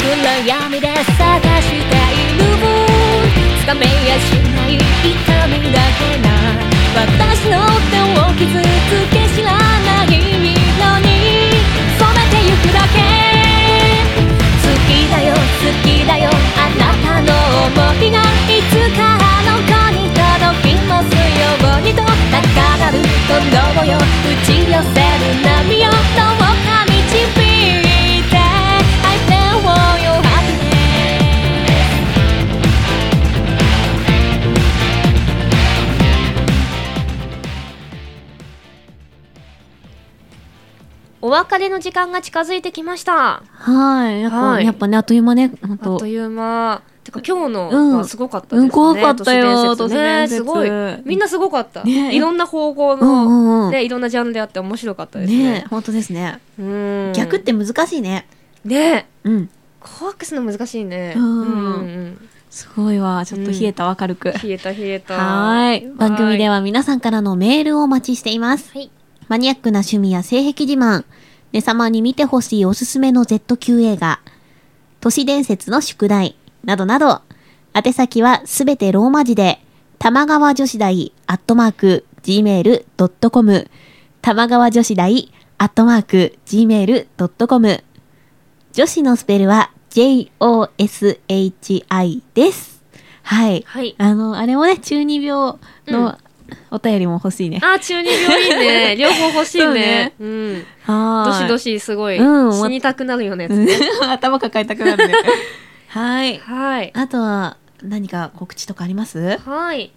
[SPEAKER 3] 暗闇で探しているつかめやしない痛みだけが私の手を傷つけ知らない色に染めてゆくだけ好きだよ好きだよあなたの想いがいつかあの子に届きますようにと高鳴る鼓動よ打ち寄せる波よどうか導いて I feel for your happiness
[SPEAKER 1] お別れの時間が近づいてきました。
[SPEAKER 2] はい。なんか、
[SPEAKER 1] はい
[SPEAKER 2] やっぱね、あっという間ね、本
[SPEAKER 1] あっ
[SPEAKER 2] 当
[SPEAKER 1] という間。てか今日
[SPEAKER 2] うん
[SPEAKER 1] のはすごかったですね。
[SPEAKER 2] うん怖かったよ
[SPEAKER 1] 都市伝説ね。
[SPEAKER 2] 都市伝
[SPEAKER 1] すご
[SPEAKER 2] 説
[SPEAKER 1] い。みんなすごかった。
[SPEAKER 2] ね
[SPEAKER 1] いろんな方向
[SPEAKER 2] うん
[SPEAKER 1] の、
[SPEAKER 2] うんうん
[SPEAKER 1] ね、いろんなジャンルであって面白かったです
[SPEAKER 2] ね
[SPEAKER 1] ね
[SPEAKER 2] え。本当ですね、
[SPEAKER 1] うん
[SPEAKER 2] 逆っ。て難しいね
[SPEAKER 1] ね
[SPEAKER 2] うん
[SPEAKER 1] 怖くすの難しいね。
[SPEAKER 2] うん
[SPEAKER 1] うんうん
[SPEAKER 2] すごいわちょっと冷えたわ、軽く
[SPEAKER 1] 冷えた冷えた。
[SPEAKER 2] はーい。番組で
[SPEAKER 1] は
[SPEAKER 2] は皆さんからのメールをお待ちしています。
[SPEAKER 1] はい
[SPEAKER 2] マニアックな趣味や性癖自慢、ねさまに見てほしいおすすめの Z 級映画、都市伝説の宿題、などなど、宛先はすべてローマ字で、玉川女子大アットマーク gmail.com、玉川女子大アットマーク gmail.com、女子のスペルは JOSHI です。はい。
[SPEAKER 1] はい。
[SPEAKER 2] あの、あれもね、中二病のお便りも欲しいね。
[SPEAKER 1] あー、中二病いい ね。両方欲しい
[SPEAKER 2] そうね
[SPEAKER 1] ね。うん。
[SPEAKER 2] は
[SPEAKER 1] ど
[SPEAKER 2] ー
[SPEAKER 1] し
[SPEAKER 2] い
[SPEAKER 1] どしすごい。
[SPEAKER 2] うん
[SPEAKER 1] 死にたくなるよね。
[SPEAKER 2] うん 頭抱えたくなるね。はい。
[SPEAKER 1] はい。
[SPEAKER 2] あとは、何か告知とかあります
[SPEAKER 1] はい。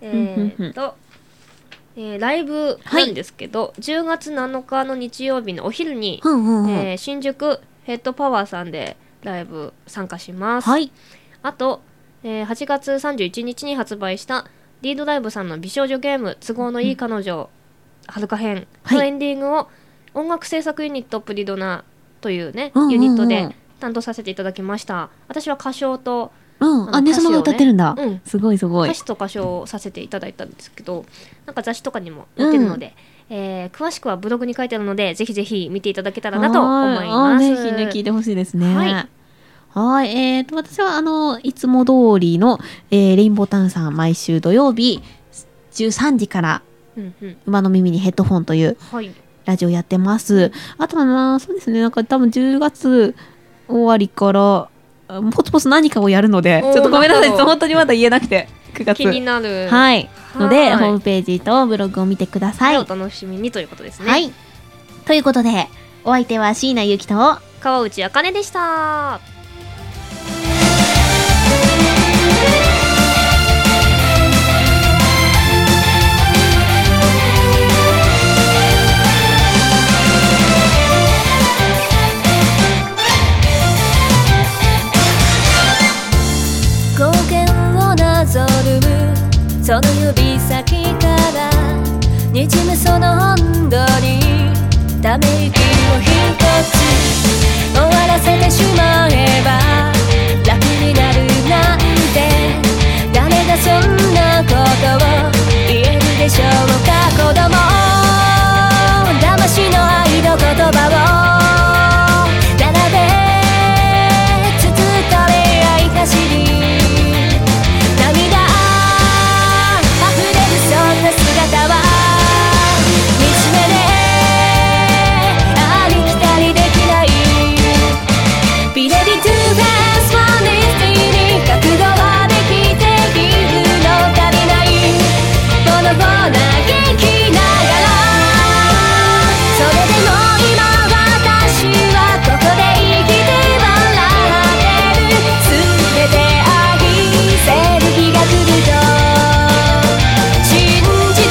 [SPEAKER 1] え
[SPEAKER 2] ふんふん
[SPEAKER 1] ー、っと、えーライブなんですけど、10月7日の日曜日のお昼に、
[SPEAKER 2] うんう
[SPEAKER 1] えー新宿ヘッドパワーさんでライブ参加します。
[SPEAKER 2] はい。
[SPEAKER 1] あと、えー8月31日に発売したリードライブさんの美少女ゲーム「都合のいい彼女はるか編」
[SPEAKER 2] はい
[SPEAKER 1] のエンディングを音楽制作ユニットプリドナというね、
[SPEAKER 2] うんうんうん
[SPEAKER 1] ユニットで担当させていただきました私は歌唱と
[SPEAKER 2] うん。あ、
[SPEAKER 1] あの
[SPEAKER 2] ねさまが歌ってるんだ
[SPEAKER 1] 歌詞をね。
[SPEAKER 2] すごいすごい
[SPEAKER 1] 歌。詞と歌唱をさせていただいたんですけどなんか雑誌とかにも載ってるので、えー詳しくはブログに書いてあるのでぜひぜひ見ていただけたらなと思い
[SPEAKER 2] は
[SPEAKER 1] ます。
[SPEAKER 2] いあーぜひね、聞いてほしいですね。
[SPEAKER 1] はい
[SPEAKER 2] はい。えーと、私は、あの、いつも通りの、えーレインボータウンさん、毎週土曜日、13時から、
[SPEAKER 1] うんうん
[SPEAKER 2] 馬の耳にヘッドフォンという
[SPEAKER 1] はい
[SPEAKER 2] ラジオやってます。あとはな、そうですね、なんか多分10月終わりから、あポツポツ何かをやるので、ち
[SPEAKER 1] おー
[SPEAKER 2] ょっとごめんなさい、
[SPEAKER 1] なるほど
[SPEAKER 2] 本当にまだ言えなくて、9月。
[SPEAKER 1] 気になる、い
[SPEAKER 2] はい。ので、
[SPEAKER 1] はい
[SPEAKER 2] ホームページとブログを見てください。
[SPEAKER 1] お楽しみにということですね。
[SPEAKER 2] はい。ということで、お相手は椎名ゆきと、
[SPEAKER 1] 川内あかねでした。
[SPEAKER 3] 光源をなぞるその指先からにじむその温度にため息を一つ終わらせてしまえば楽になるなんて誰がそんなことを言えるでしょうか子供騙しの愛の言葉を並べつつと恋愛走り涙あふれるそんな姿は見つめでありきたりできないビレリトゥダンスワンディスティに覚悟はできているの足りないボロボロ嘆きながらそれでも今私はここで生きて笑ってる全て愛せる日が来ると信じている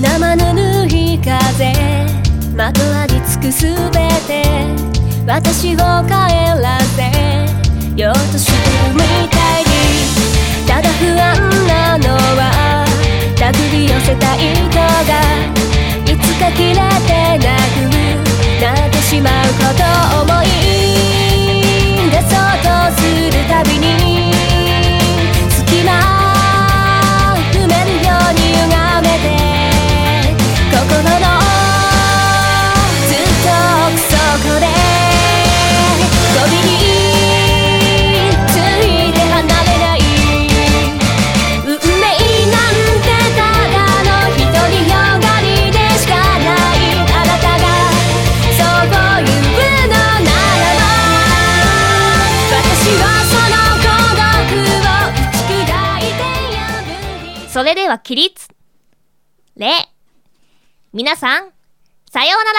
[SPEAKER 3] 生ぬるい風まとわりつくすべて私を帰らせようとしてるみたいにただ不安なのは手繰り寄せた糸がいつか切れてなくなってしまうことを思い出そうとするたびに隙間埋めるように歪めて心のずっと奥底でゴミについて離れない運命なんてただの独りよがりでしかないあなたがそう言うのならば私はその孤独を打ち砕いて破り
[SPEAKER 1] それでは起立。礼。皆さん、さようなら